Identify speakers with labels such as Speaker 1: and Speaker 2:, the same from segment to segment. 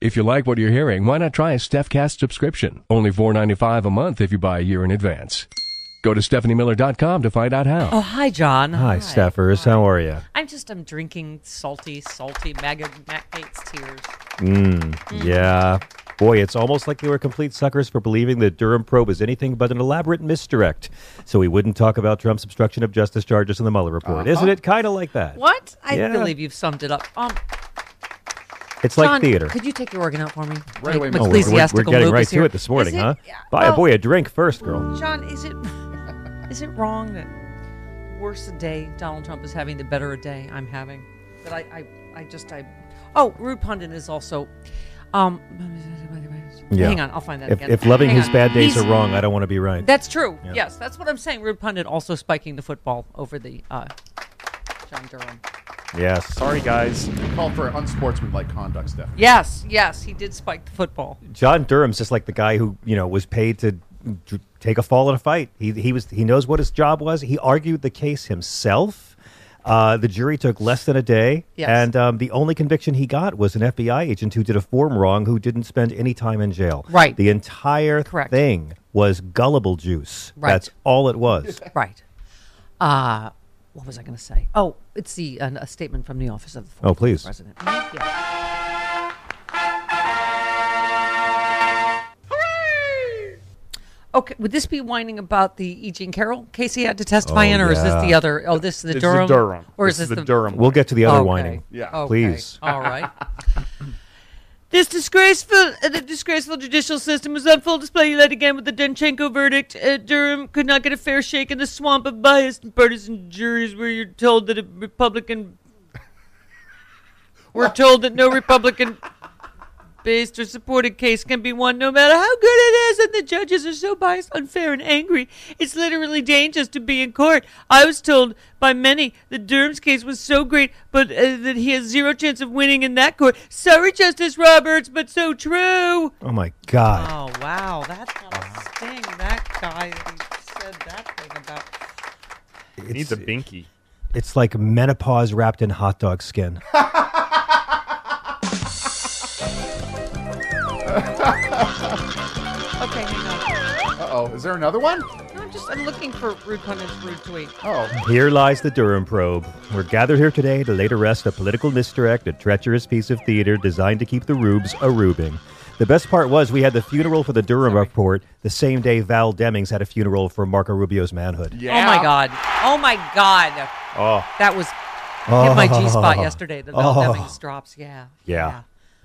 Speaker 1: If you like what you're hearing, why not try a StephCast subscription? Only $4.95 a month if you buy a year in advance. Go to stephaniemiller.com to find out how.
Speaker 2: Oh, hi, John.
Speaker 3: Hi, staffers. How are you?
Speaker 4: I'm just I'm drinking salty, salty Mag- Matt Gates tears.
Speaker 3: Mm,
Speaker 4: Mm-hmm.
Speaker 3: Yeah. Boy, it's almost like they were complete suckers for believing the Durham probe is anything but an elaborate misdirect. So we wouldn't talk about Trump's obstruction of justice charges in the Mueller report. Isn't it kind of like that?
Speaker 4: Uh-huh. What?
Speaker 2: I
Speaker 3: Yeah.
Speaker 2: believe you've summed it up. Um,
Speaker 3: It's like
Speaker 4: John,
Speaker 3: theater.
Speaker 4: Could you take your organ out for me?
Speaker 1: Right away,
Speaker 4: My- my
Speaker 1: Mom.
Speaker 3: Oh, we're, we're- we're
Speaker 4: ecclesiastical
Speaker 3: getting
Speaker 4: lobe
Speaker 3: right
Speaker 4: is here.
Speaker 3: to it this morning,
Speaker 4: Is it-
Speaker 3: huh?
Speaker 4: yeah, Oh.
Speaker 3: Buy a
Speaker 4: well-
Speaker 3: boy a drink first, girl.
Speaker 4: John, is it is it wrong that worse a day Donald Trump is having, the better a day I'm having? That I I, I just I oh Rude Pundit is also um
Speaker 3: Yeah.
Speaker 4: hang on I'll find that
Speaker 3: If,
Speaker 4: again.
Speaker 3: if loving
Speaker 4: Hang
Speaker 3: his
Speaker 4: on.
Speaker 3: bad days
Speaker 4: He's-
Speaker 3: are wrong, I don't want to be right.
Speaker 4: That's true. Yes, that's what I'm saying. Rude Pundit also spiking the football over the uh, John Durham.
Speaker 3: yes.
Speaker 5: Sorry, guys. Call for unsportsmanlike conduct, Steph.
Speaker 4: Yes, yes, he did spike the football.
Speaker 3: John Durham's just like the guy who you know was paid to d- take a fall in a fight. He he was he knows what his job was. He argued the case himself. Uh, the jury took less than a day,
Speaker 4: Yes.
Speaker 3: and um, the only conviction he got was an FBI agent who did a form wrong, who didn't spend any time in jail.
Speaker 4: Right.
Speaker 3: The entire
Speaker 4: Correct.
Speaker 3: thing was gullible juice.
Speaker 4: Right.
Speaker 3: That's all it was.
Speaker 4: Right. Uh, what was I going to say? Oh, it's the uh, a statement from the office of the
Speaker 3: Oh, please.
Speaker 4: president. Yeah. Okay, would this be whining about the E. Jean Carroll case he had to testify
Speaker 3: Oh,
Speaker 4: in, or is this
Speaker 3: yeah.
Speaker 4: the other? Oh, this is the
Speaker 5: This is
Speaker 4: Durham.
Speaker 5: Durham.
Speaker 4: Or is
Speaker 5: This
Speaker 4: this,
Speaker 5: is the Durham.
Speaker 3: We'll get to the other
Speaker 4: Okay.
Speaker 3: whining.
Speaker 5: Yeah.
Speaker 4: Okay.
Speaker 3: Please.
Speaker 4: All right. This disgraceful, uh, the disgraceful judicial system was on full display yet again with the Denchenko verdict. Uh, Durham could not get a fair shake in the swamp of biased and partisan juries, where you're told that a Republican, we're told that no Republican based or supported case can be won no matter how good it is, and the judges are so biased, unfair, and angry. It's literally dangerous to be in court. I was told by many that Durham's case was so great, but uh, that he has zero chance of winning in that court. Sorry, Justice Roberts, but so true.
Speaker 3: Oh my God.
Speaker 4: Oh wow, that's not a sting. That guy who said that thing about.
Speaker 5: He needs a binky.
Speaker 3: It's like menopause wrapped in hot dog skin.
Speaker 4: Okay, hang on.
Speaker 5: Uh oh. Is there another one?
Speaker 4: No, I'm just I'm looking for rude pundit's rude tweet.
Speaker 5: Oh.
Speaker 3: Here lies the Durham probe. We're gathered here today to lay to rest a political misdirect, a treacherous piece of theater designed to keep the rubes a rubing. The best part was we had the funeral for the Durham report the same day Val Demings had a funeral for Marco Rubio's manhood.
Speaker 5: Yeah.
Speaker 4: Oh my god. Oh my god.
Speaker 5: Oh.
Speaker 4: That was hit my G spot
Speaker 3: Oh.
Speaker 4: yesterday. The Val
Speaker 3: Oh.
Speaker 4: Demings drops. Yeah.
Speaker 3: Yeah.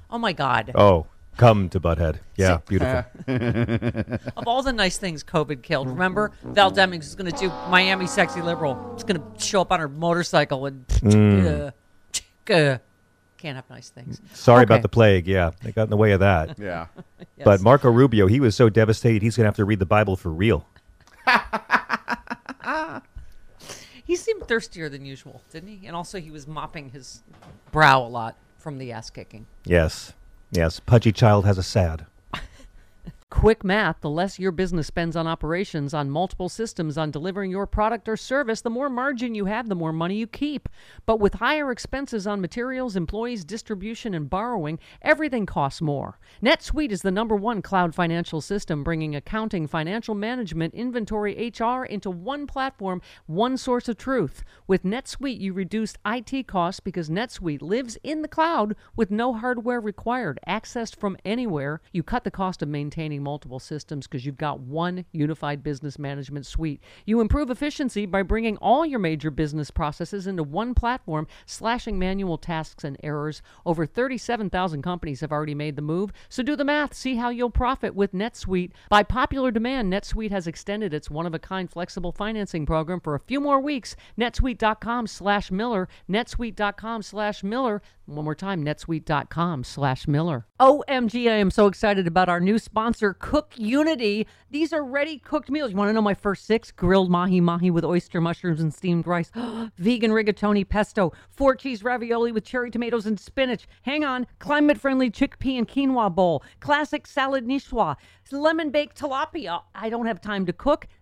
Speaker 4: Oh my God!
Speaker 3: Oh, come to Butthead. Yeah,
Speaker 4: uh,
Speaker 3: beautiful.
Speaker 4: Of all the nice things COVID killed, remember Val Demings is going to do Miami sexy liberal. It's going to show up on her motorcycle and
Speaker 3: Mm.
Speaker 4: uh, can't have nice things.
Speaker 3: Sorry
Speaker 4: Okay.
Speaker 3: about the plague. Yeah, it got in the way of that.
Speaker 5: Yeah.
Speaker 3: But Marco Rubio, he was so devastated, he's going to have to read the Bible for real.
Speaker 4: He seemed thirstier than usual, didn't he? And also, he was mopping his brow a lot from the ass kicking.
Speaker 3: Yes. Yes. Pudgy child has a sad.
Speaker 2: Quick math the less your business spends on operations, on multiple systems, on delivering your product or service, the more margin you have, the more money you keep. But with higher expenses on materials, employees, distribution, and borrowing, everything costs more. NetSuite is the number one cloud financial system, bringing accounting, financial management, inventory, HR into one platform, one source of truth. With NetSuite, you reduced IT costs because NetSuite lives in the cloud with no hardware required, accessed from anywhere. You cut the cost of maintaining multiple systems because you've got one unified business management suite. You improve efficiency by bringing all your major business processes into one platform, slashing manual tasks and errors. Over 37,000 companies have already made the move, so do the math. See how you'll profit with NetSuite. By popular demand, NetSuite has extended its one-of-a-kind flexible financing program for a few more weeks. NetSuite.com slash Miller. NetSuite.com slash Miller. One more time, NetSuite.com slash Miller. OMG, I am so excited about our new sponsor, Cook Unity. These are ready cooked meals. You want to know my first six? Grilled mahi mahi with oyster mushrooms and steamed rice. Vegan rigatoni pesto. Four cheese ravioli with cherry tomatoes and spinach. Hang on, climate friendly chickpea and quinoa bowl. Classic salad niçoise. Lemon baked tilapia. I don't have time to cook.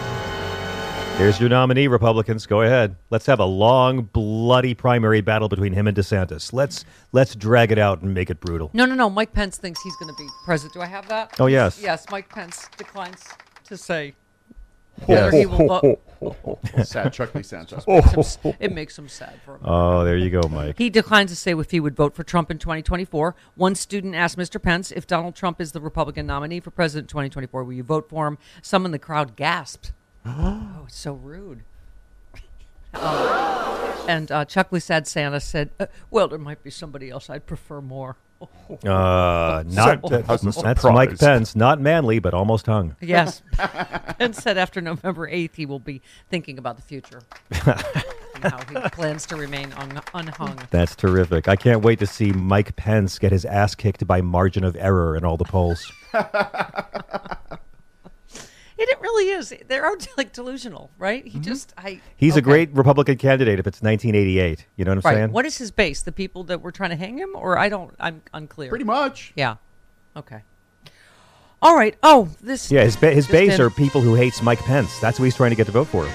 Speaker 3: Here's your nominee, Republicans. Go ahead. Let's have a long, bloody primary battle between him and DeSantis. Let's let's drag it out and make it brutal.
Speaker 4: No, no, no. Mike Pence thinks he's going to be president. Do I have that?
Speaker 3: Oh, yes.
Speaker 4: Yes, Mike Pence declines to say whether he will vote.
Speaker 5: Sad Chuck D. Santos.
Speaker 4: It makes him sad for a moment.
Speaker 3: Oh, there you go, Mike.
Speaker 4: He declines to say if he would vote for Trump in 2024. One student asked Mr. Pence if Donald Trump is the Republican nominee for president in 2024, will you vote for him? Some in the crowd gasped. oh, it's so rude. Um, and uh, Chuckley Sad Santa said, uh, "Well, there might be somebody else I'd prefer more."
Speaker 3: Uh, not
Speaker 5: So- Wasn't
Speaker 3: that's
Speaker 5: surprised.
Speaker 3: Mike Pence, not manly, but almost hung.
Speaker 4: Yes. and said after November 8th, he will be thinking about the future and how he plans to remain un- unhung.
Speaker 3: That's terrific. I can't wait to see Mike Pence get his ass kicked by margin of error in all the polls.
Speaker 4: It, it really is. They are like delusional, right? He just, I.
Speaker 3: He's a
Speaker 4: okay.
Speaker 3: great Republican candidate if it's 1988. You know what I'm
Speaker 4: Right.
Speaker 3: saying?
Speaker 4: What is his base? The people that were trying to hang him, or I don't. I'm unclear.
Speaker 5: Pretty much.
Speaker 4: Yeah. Okay. All right. Oh, this.
Speaker 3: yeah, his, ba- his
Speaker 4: just
Speaker 3: base
Speaker 4: in.
Speaker 3: are people who hates Mike Pence. That's what he's trying to get to vote for.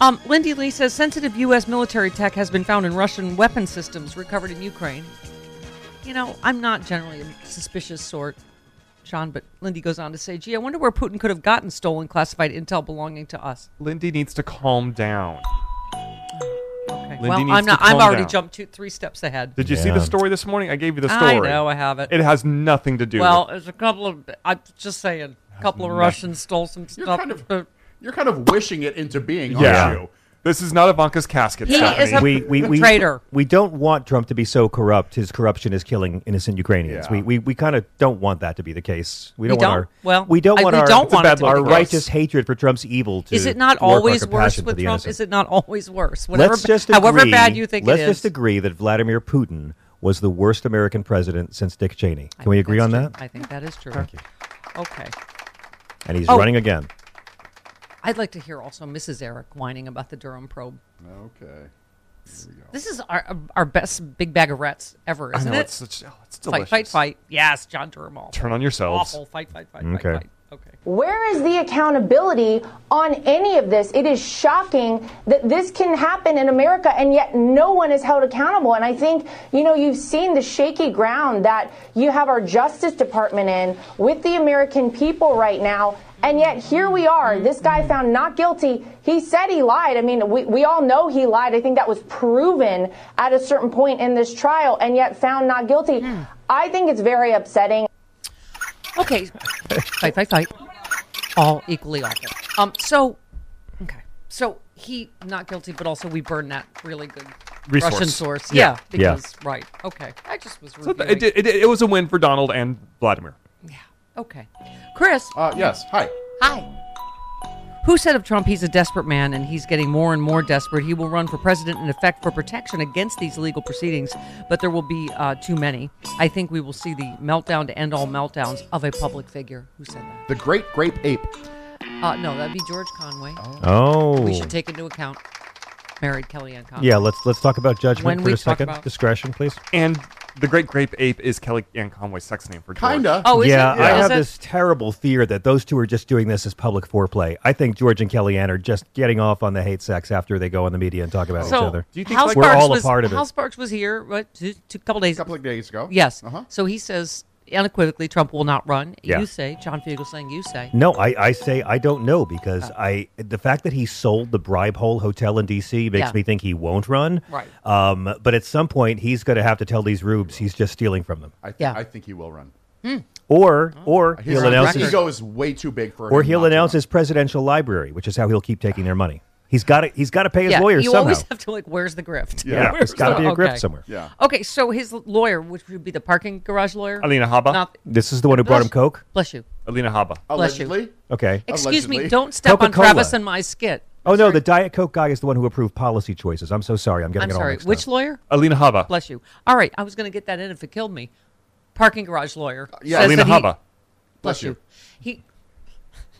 Speaker 4: Um, Lindy Lee says sensitive U.S. military tech has been found in Russian weapon systems recovered in Ukraine. You know, I'm not generally a suspicious sort, Sean, but Lindy goes on to say, gee, I wonder where Putin could have gotten stolen classified intel belonging to us.
Speaker 6: Lindy needs to calm down.
Speaker 4: Okay.
Speaker 6: Lindy
Speaker 4: well,
Speaker 6: needs
Speaker 4: I'm
Speaker 6: to
Speaker 4: not. I'm
Speaker 6: calm
Speaker 4: already
Speaker 6: down.
Speaker 4: jumped two, three steps ahead.
Speaker 6: Did you see the
Speaker 3: Yeah.
Speaker 6: story this morning? I gave you the
Speaker 4: I
Speaker 6: story.
Speaker 4: know, I have it.
Speaker 6: It has nothing to do
Speaker 4: well,
Speaker 6: with
Speaker 4: there's a couple of. I'm just saying, a couple of Russians stole some
Speaker 5: You're
Speaker 4: stuff.
Speaker 5: kind of you're kind of wishing it into being, aren't
Speaker 6: Yeah.
Speaker 5: you?
Speaker 6: This is not Ivanka's casket,
Speaker 4: He
Speaker 6: Stephanie.
Speaker 4: is a-
Speaker 3: we, we, we,
Speaker 4: Traitor.
Speaker 3: We don't want Trump to be so corrupt. His corruption is killing innocent Ukrainians.
Speaker 5: Yeah.
Speaker 3: We, we, we kind of don't want that to be the case.
Speaker 4: We
Speaker 3: We don't,
Speaker 4: don't.
Speaker 3: want our
Speaker 4: Well,
Speaker 3: we don't
Speaker 4: I-
Speaker 3: want
Speaker 4: we
Speaker 3: our,
Speaker 4: don't It's a want it bad to be
Speaker 3: our
Speaker 4: the case.
Speaker 3: righteous hatred for Trump's evil. To
Speaker 4: Is it not
Speaker 3: dwarf our
Speaker 4: always worse
Speaker 3: compassion for
Speaker 4: with
Speaker 3: the
Speaker 4: Trump?
Speaker 3: innocent.
Speaker 4: Is it not always worse? Whatever,
Speaker 3: Let's just
Speaker 4: however
Speaker 3: agree-
Speaker 4: bad you think
Speaker 3: Let's
Speaker 4: it is.
Speaker 3: just agree that Vladimir Putin was the worst American president since Dick Cheney. Can we agree on that?
Speaker 4: I think that is true. Thank you. Okay.
Speaker 3: And he's
Speaker 4: Oh.
Speaker 3: running again.
Speaker 4: I'd like to hear also Mrs. Eric whining about the Durham probe.
Speaker 5: Okay.
Speaker 4: This is our our best big bag of rats ever,
Speaker 6: I
Speaker 4: isn't
Speaker 6: know,
Speaker 4: it?
Speaker 6: it's such. Oh, it's
Speaker 4: fight,
Speaker 6: delicious.
Speaker 4: fight, fight. Yes, John Durham.
Speaker 6: Turn on yourselves.
Speaker 4: Awful. Fight, fight, fight,
Speaker 3: Okay.
Speaker 4: fight, fight. Okay.
Speaker 7: Where is the accountability on any of this? It is shocking that this can happen in America and yet no one is held accountable. And I think, you know, you've seen the shaky ground that you have our Justice Department in with the American people right now. And yet here we are. This guy found not guilty. He said he lied. I mean, we, we all know he lied. I think that was proven at a certain point in this trial and yet found not guilty. I think it's very upsetting.
Speaker 4: Okay. fight, fight, fight. All equally awful. Um. So, okay. So he not guilty, but also we burned that really good
Speaker 6: Resource.
Speaker 4: Russian source.
Speaker 6: Yeah.
Speaker 4: Yeah.
Speaker 3: Yeah.
Speaker 4: Because right. Okay. I just was.
Speaker 6: So
Speaker 4: Reviewing.
Speaker 6: th- it, did- it, it was a win for Donald and Vladimir.
Speaker 4: Yeah. Okay. Chris,
Speaker 5: Uh, yes. Hi.
Speaker 4: hi. Who said of Trump he's a desperate man and he's getting more and more desperate? He will run for president in effect for protection against these legal proceedings, but there will be uh, too many. I think we will see the meltdown to end all meltdowns of a public figure. Who said that?
Speaker 5: The Great Grape Ape.
Speaker 4: Uh, no, that'd be George Conway.
Speaker 3: Oh.
Speaker 4: We should take into account married Kellyanne Conway.
Speaker 3: yeah, let's let's talk about judgment
Speaker 4: When
Speaker 3: for
Speaker 4: we
Speaker 3: a
Speaker 4: talk
Speaker 3: second.
Speaker 4: about-
Speaker 3: Discretion, please.
Speaker 6: And the Great Grape Ape is Kelly Ann Conway's sex name for George.
Speaker 5: Kinda.
Speaker 4: Oh, is
Speaker 3: yeah,
Speaker 4: it?
Speaker 3: I
Speaker 4: Is
Speaker 3: have
Speaker 4: it?
Speaker 3: this terrible fear that those two are just doing this as public foreplay. I think George and Kellyanne are just getting off on the hate sex after they go on the media and talk about each
Speaker 4: So,
Speaker 3: other.
Speaker 5: Do you think
Speaker 4: Hal
Speaker 5: like-
Speaker 3: We're
Speaker 4: Sparks
Speaker 3: all a
Speaker 4: was,
Speaker 3: part of it.
Speaker 4: Hal Sparks was here what, two, two, couple days
Speaker 5: A couple of days ago.
Speaker 4: Yes.
Speaker 5: Uh huh.
Speaker 4: So he says unequivocally Trump will not run.
Speaker 3: Yeah.
Speaker 4: You say, John Fugelsang, you say.
Speaker 3: No, I, I say I don't know because I the fact that he sold the bribe hole hotel in D.C. makes
Speaker 4: Yeah.
Speaker 3: me think he won't run.
Speaker 4: Right.
Speaker 3: Um, but at some point, he's going to have to tell these rubes he's just stealing from them,
Speaker 5: I, th-
Speaker 4: Yeah.
Speaker 5: I think he will run.
Speaker 3: or or
Speaker 5: His
Speaker 3: he'll announce
Speaker 4: record.
Speaker 3: his,
Speaker 5: ego is way too big for him.
Speaker 3: or he'll
Speaker 5: not to
Speaker 3: announce
Speaker 5: run.
Speaker 3: his presidential library, which is how he'll keep taking their money. He's got to he's got to pay his
Speaker 4: yeah,
Speaker 3: lawyers
Speaker 4: you
Speaker 3: somehow.
Speaker 4: always have to like, where's the grift?
Speaker 5: Yeah.
Speaker 3: yeah, there's got to be a grip
Speaker 4: Okay.
Speaker 3: somewhere.
Speaker 5: Yeah.
Speaker 4: Okay, so his lawyer, which would be the parking garage lawyer,
Speaker 6: Alina Haba.
Speaker 4: Not,
Speaker 3: This is the one who brought him coke.
Speaker 4: bless you.
Speaker 6: Alina Haba.
Speaker 4: Bless you.
Speaker 5: Allegedly.
Speaker 3: Okay.
Speaker 4: Excuse me,
Speaker 5: Allegedly.
Speaker 4: don't step
Speaker 3: Coca-Cola.
Speaker 4: on Travis and my skit.
Speaker 3: Oh no, the Diet Coke guy is the one who approved policy choices. I'm so sorry. I'm getting
Speaker 4: I'm
Speaker 3: it all
Speaker 4: sorry.
Speaker 3: mixed
Speaker 4: Which
Speaker 3: up.
Speaker 4: lawyer?
Speaker 6: Alina Haba.
Speaker 4: Bless you. All right, I was going to get that in if it killed me. Parking garage lawyer.
Speaker 5: yeah,
Speaker 4: says
Speaker 6: Alina
Speaker 4: that he-
Speaker 6: Haba.
Speaker 4: Bless you. He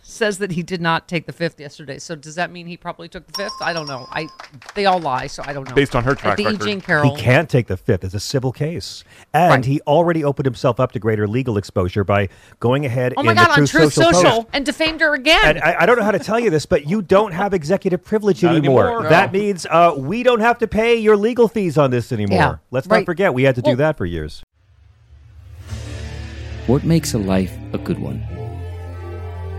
Speaker 4: says that he did not take the fifth yesterday. So does that mean he probably took the fifth? I don't know. I they all lie, so I don't know.
Speaker 6: Based on her
Speaker 4: Like
Speaker 6: track
Speaker 4: the E.
Speaker 6: record.
Speaker 4: Jean Carroll.
Speaker 3: He can't take the fifth. It's a civil case, and
Speaker 4: Right.
Speaker 3: he already opened himself up to greater legal exposure by going ahead.
Speaker 4: Oh my
Speaker 3: in
Speaker 4: God!
Speaker 3: the
Speaker 4: On
Speaker 3: Truth
Speaker 4: Truth Social,
Speaker 3: post.
Speaker 4: and defamed her again.
Speaker 3: And uh, I, I don't know how to tell you this, but you don't have executive privilege
Speaker 6: Not
Speaker 3: anymore.
Speaker 6: anymore, no.
Speaker 3: That means uh, we don't have to pay your legal fees on this anymore.
Speaker 4: Yeah,
Speaker 3: Let's not
Speaker 4: right.
Speaker 3: forget we had to do
Speaker 4: Well-
Speaker 3: that for years.
Speaker 8: What makes a life a good one?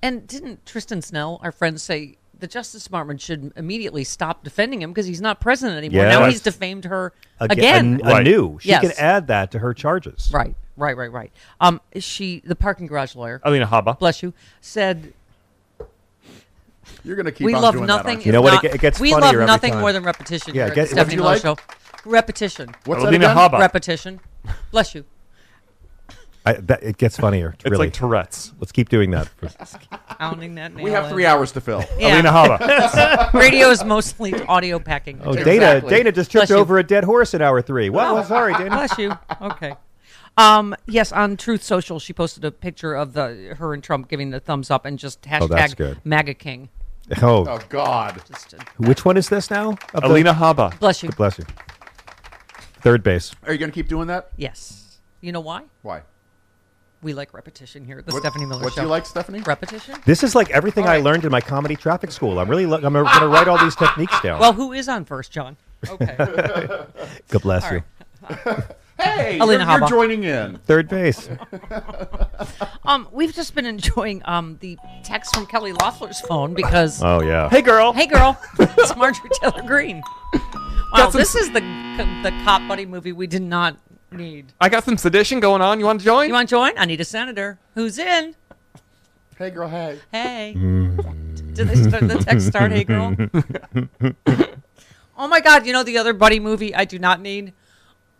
Speaker 4: And didn't Tristan Snell, our friend, say the Justice Department should immediately stop defending him because he's not president anymore?
Speaker 3: Yeah,
Speaker 4: now
Speaker 3: that's-
Speaker 4: he's defamed her
Speaker 3: Aga-
Speaker 4: again.
Speaker 3: an- anew. She
Speaker 4: Yes.
Speaker 3: can add that to her charges.
Speaker 4: Right, right, right, right. Um, she, the parking garage lawyer,
Speaker 6: Alina Haba.
Speaker 4: bless you, said
Speaker 5: You're gonna keep
Speaker 4: we
Speaker 5: on
Speaker 4: love
Speaker 5: doing that,
Speaker 4: nothing.
Speaker 5: aren't
Speaker 4: if
Speaker 3: You
Speaker 5: you?
Speaker 3: know what? It
Speaker 4: not-
Speaker 3: ge- it gets
Speaker 4: we
Speaker 3: funnier
Speaker 4: love
Speaker 3: every
Speaker 4: nothing
Speaker 3: time.
Speaker 4: more than repetition.
Speaker 3: Yeah,
Speaker 4: here at
Speaker 3: get-
Speaker 4: the
Speaker 3: what
Speaker 5: do
Speaker 4: Stephanie
Speaker 5: you
Speaker 4: Lowe
Speaker 5: like?
Speaker 4: Show. Repetition.
Speaker 5: What's that
Speaker 6: Alina
Speaker 5: again?
Speaker 6: Haba.
Speaker 4: Repetition. Bless you.
Speaker 3: I, that, it gets funnier.
Speaker 6: It's
Speaker 3: really.
Speaker 6: like Tourette's.
Speaker 3: Let's keep doing that. for-
Speaker 4: Pounding that nail.
Speaker 5: We have
Speaker 4: in.
Speaker 5: three hours to fill.
Speaker 4: Yeah.
Speaker 6: Alina Haba.
Speaker 4: Radio is mostly audio packing.
Speaker 3: oh,
Speaker 4: material.
Speaker 3: Dana,
Speaker 5: Exactly.
Speaker 3: Dana just tripped
Speaker 4: Bless you.
Speaker 3: over a dead horse in hour three. Well, I'm sorry, Dana.
Speaker 4: Bless you. Okay. Um, yes, on Truth Social, she posted a picture of the her and Trump giving the thumbs up and just
Speaker 3: that's
Speaker 4: hashtag
Speaker 3: good.
Speaker 4: MAGA King.
Speaker 3: Oh,
Speaker 5: Oh God.
Speaker 4: Just, uh,
Speaker 3: which one is this now? Of the-
Speaker 6: Alina Haba.
Speaker 4: bless you.
Speaker 3: Bless you. Third base.
Speaker 5: Are you gonna keep doing that?
Speaker 4: Yes. You know why?
Speaker 5: Why?
Speaker 4: We like repetition here at the
Speaker 5: What-
Speaker 4: Stephanie Miller
Speaker 5: What
Speaker 4: Show.
Speaker 5: do you like, Stephanie?
Speaker 4: Repetition.
Speaker 3: This is like everything
Speaker 4: All
Speaker 3: I
Speaker 4: right.
Speaker 3: learned in my comedy traffic school. I'm really lo- I'm going to write all these techniques down.
Speaker 4: Well, who is on first, John? Okay.
Speaker 3: God bless you.
Speaker 5: Hey,
Speaker 4: Alina
Speaker 5: you're, you're
Speaker 4: Haba.
Speaker 5: joining in.
Speaker 3: Third base.
Speaker 4: Um, we've just been enjoying um the text from Kelly Loeffler's phone because
Speaker 6: Uh,
Speaker 3: Oh, yeah.
Speaker 6: Hey, girl.
Speaker 4: Hey girl, it's Marjorie Taylor Green. Wow,
Speaker 6: Got some-
Speaker 4: this is the the cop buddy movie we did not need.
Speaker 6: I got some sedition going on. You want to join?
Speaker 4: You want to join? I need a senator. Who's in?
Speaker 5: Hey, girl. Hey.
Speaker 4: Hey.
Speaker 3: Mm.
Speaker 4: Did they start the text start? Hey girl. Oh my God! You know the other buddy movie I do not need.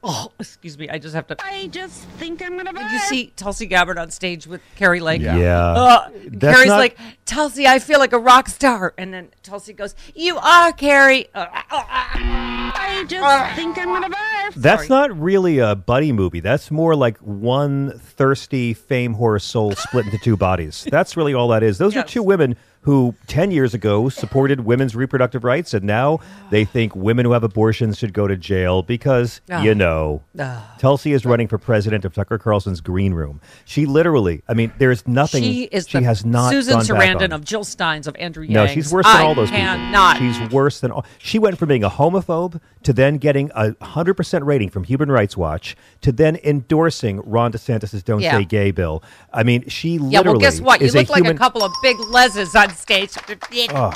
Speaker 4: Oh, excuse me. I just have to.
Speaker 9: I just think I'm gonna.
Speaker 4: Did you see Tulsi Gabbard on stage with Carrie Lake?
Speaker 3: Yeah. Yeah.
Speaker 4: Uh,
Speaker 3: That's
Speaker 4: Carrie's
Speaker 3: not-
Speaker 4: like, Tulsi, I feel like a rock star. And then Tulsi goes, You are Carrie. Uh, uh, uh,
Speaker 9: I just think I'm gonna burst.
Speaker 3: That's not really a buddy movie. That's more like one thirsty fame whore soul split into two bodies. That's really all that is. Those are two women who 10 years ago supported women's reproductive rights, and now they think women who have abortions should go to jail because,
Speaker 4: Ah.
Speaker 3: you know.
Speaker 4: Ah.
Speaker 3: Tulsi is running for president of Tucker Carlson's green room. She literally, I mean, there is nothing.
Speaker 4: She is
Speaker 3: she
Speaker 4: the
Speaker 3: has not
Speaker 4: Susan
Speaker 3: gone back on.
Speaker 4: Sarandon of Jill Steins of Andrew Yang.
Speaker 3: No, she's worse than
Speaker 4: I
Speaker 3: all those
Speaker 4: cannot.
Speaker 3: people. She's worse than all. She went from being a homophobe to then getting a 100% rating from Human Rights Watch to then endorsing Ron DeSantis' Don't
Speaker 4: Yeah.
Speaker 3: Say Gay bill. I mean, she literally
Speaker 4: yeah, well, guess what? You
Speaker 3: is
Speaker 4: look like
Speaker 3: human-
Speaker 4: a couple of big leses on stage.
Speaker 3: Oh.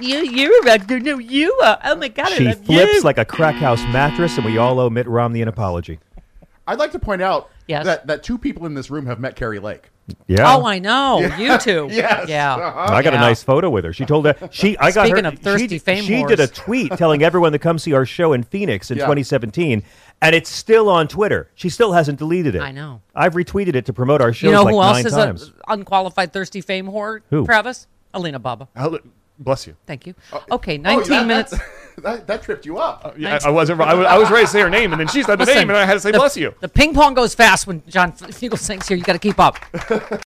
Speaker 4: You, you're a, no, you are. Oh my God, I
Speaker 3: She
Speaker 4: love
Speaker 3: flips
Speaker 4: you.
Speaker 3: like a crack house mattress, and we all owe Mitt Romney an apology.
Speaker 4: Oh,
Speaker 5: I'd like to point out
Speaker 4: Yes.
Speaker 5: that, that two people in this room have met Carrie Lake.
Speaker 3: Yeah.
Speaker 4: Oh, I know. You two.
Speaker 5: Yes.
Speaker 4: Yeah.
Speaker 3: I got
Speaker 4: Yeah.
Speaker 3: a nice photo with her. She told her she I got
Speaker 4: Speaking
Speaker 3: her
Speaker 4: of thirsty
Speaker 3: she,
Speaker 4: fame
Speaker 3: she did a
Speaker 4: whores.
Speaker 3: tweet telling everyone to come see our show in Phoenix in
Speaker 5: Yeah.
Speaker 3: 2017 and it's still on Twitter. She still hasn't deleted it.
Speaker 4: I know.
Speaker 3: I've retweeted it to promote our show
Speaker 4: You know
Speaker 3: like
Speaker 4: who else
Speaker 3: 9
Speaker 4: is
Speaker 3: times.
Speaker 4: an unqualified thirsty fame whore?
Speaker 3: Who? Uh,
Speaker 4: Travis? Alina Baba.
Speaker 6: Hello- Bless you.
Speaker 4: Thank you. Okay,
Speaker 5: Oh,
Speaker 4: 19
Speaker 5: that-
Speaker 4: minutes.
Speaker 5: that's- That, that tripped you up.
Speaker 6: Yeah, I, I wasn't. I was, I was ready to say her name, and then she said the
Speaker 4: Listen,
Speaker 6: name, and I had to say
Speaker 4: the-
Speaker 6: bless you.
Speaker 4: The ping pong goes fast when John Fugel sings here. You got to keep up.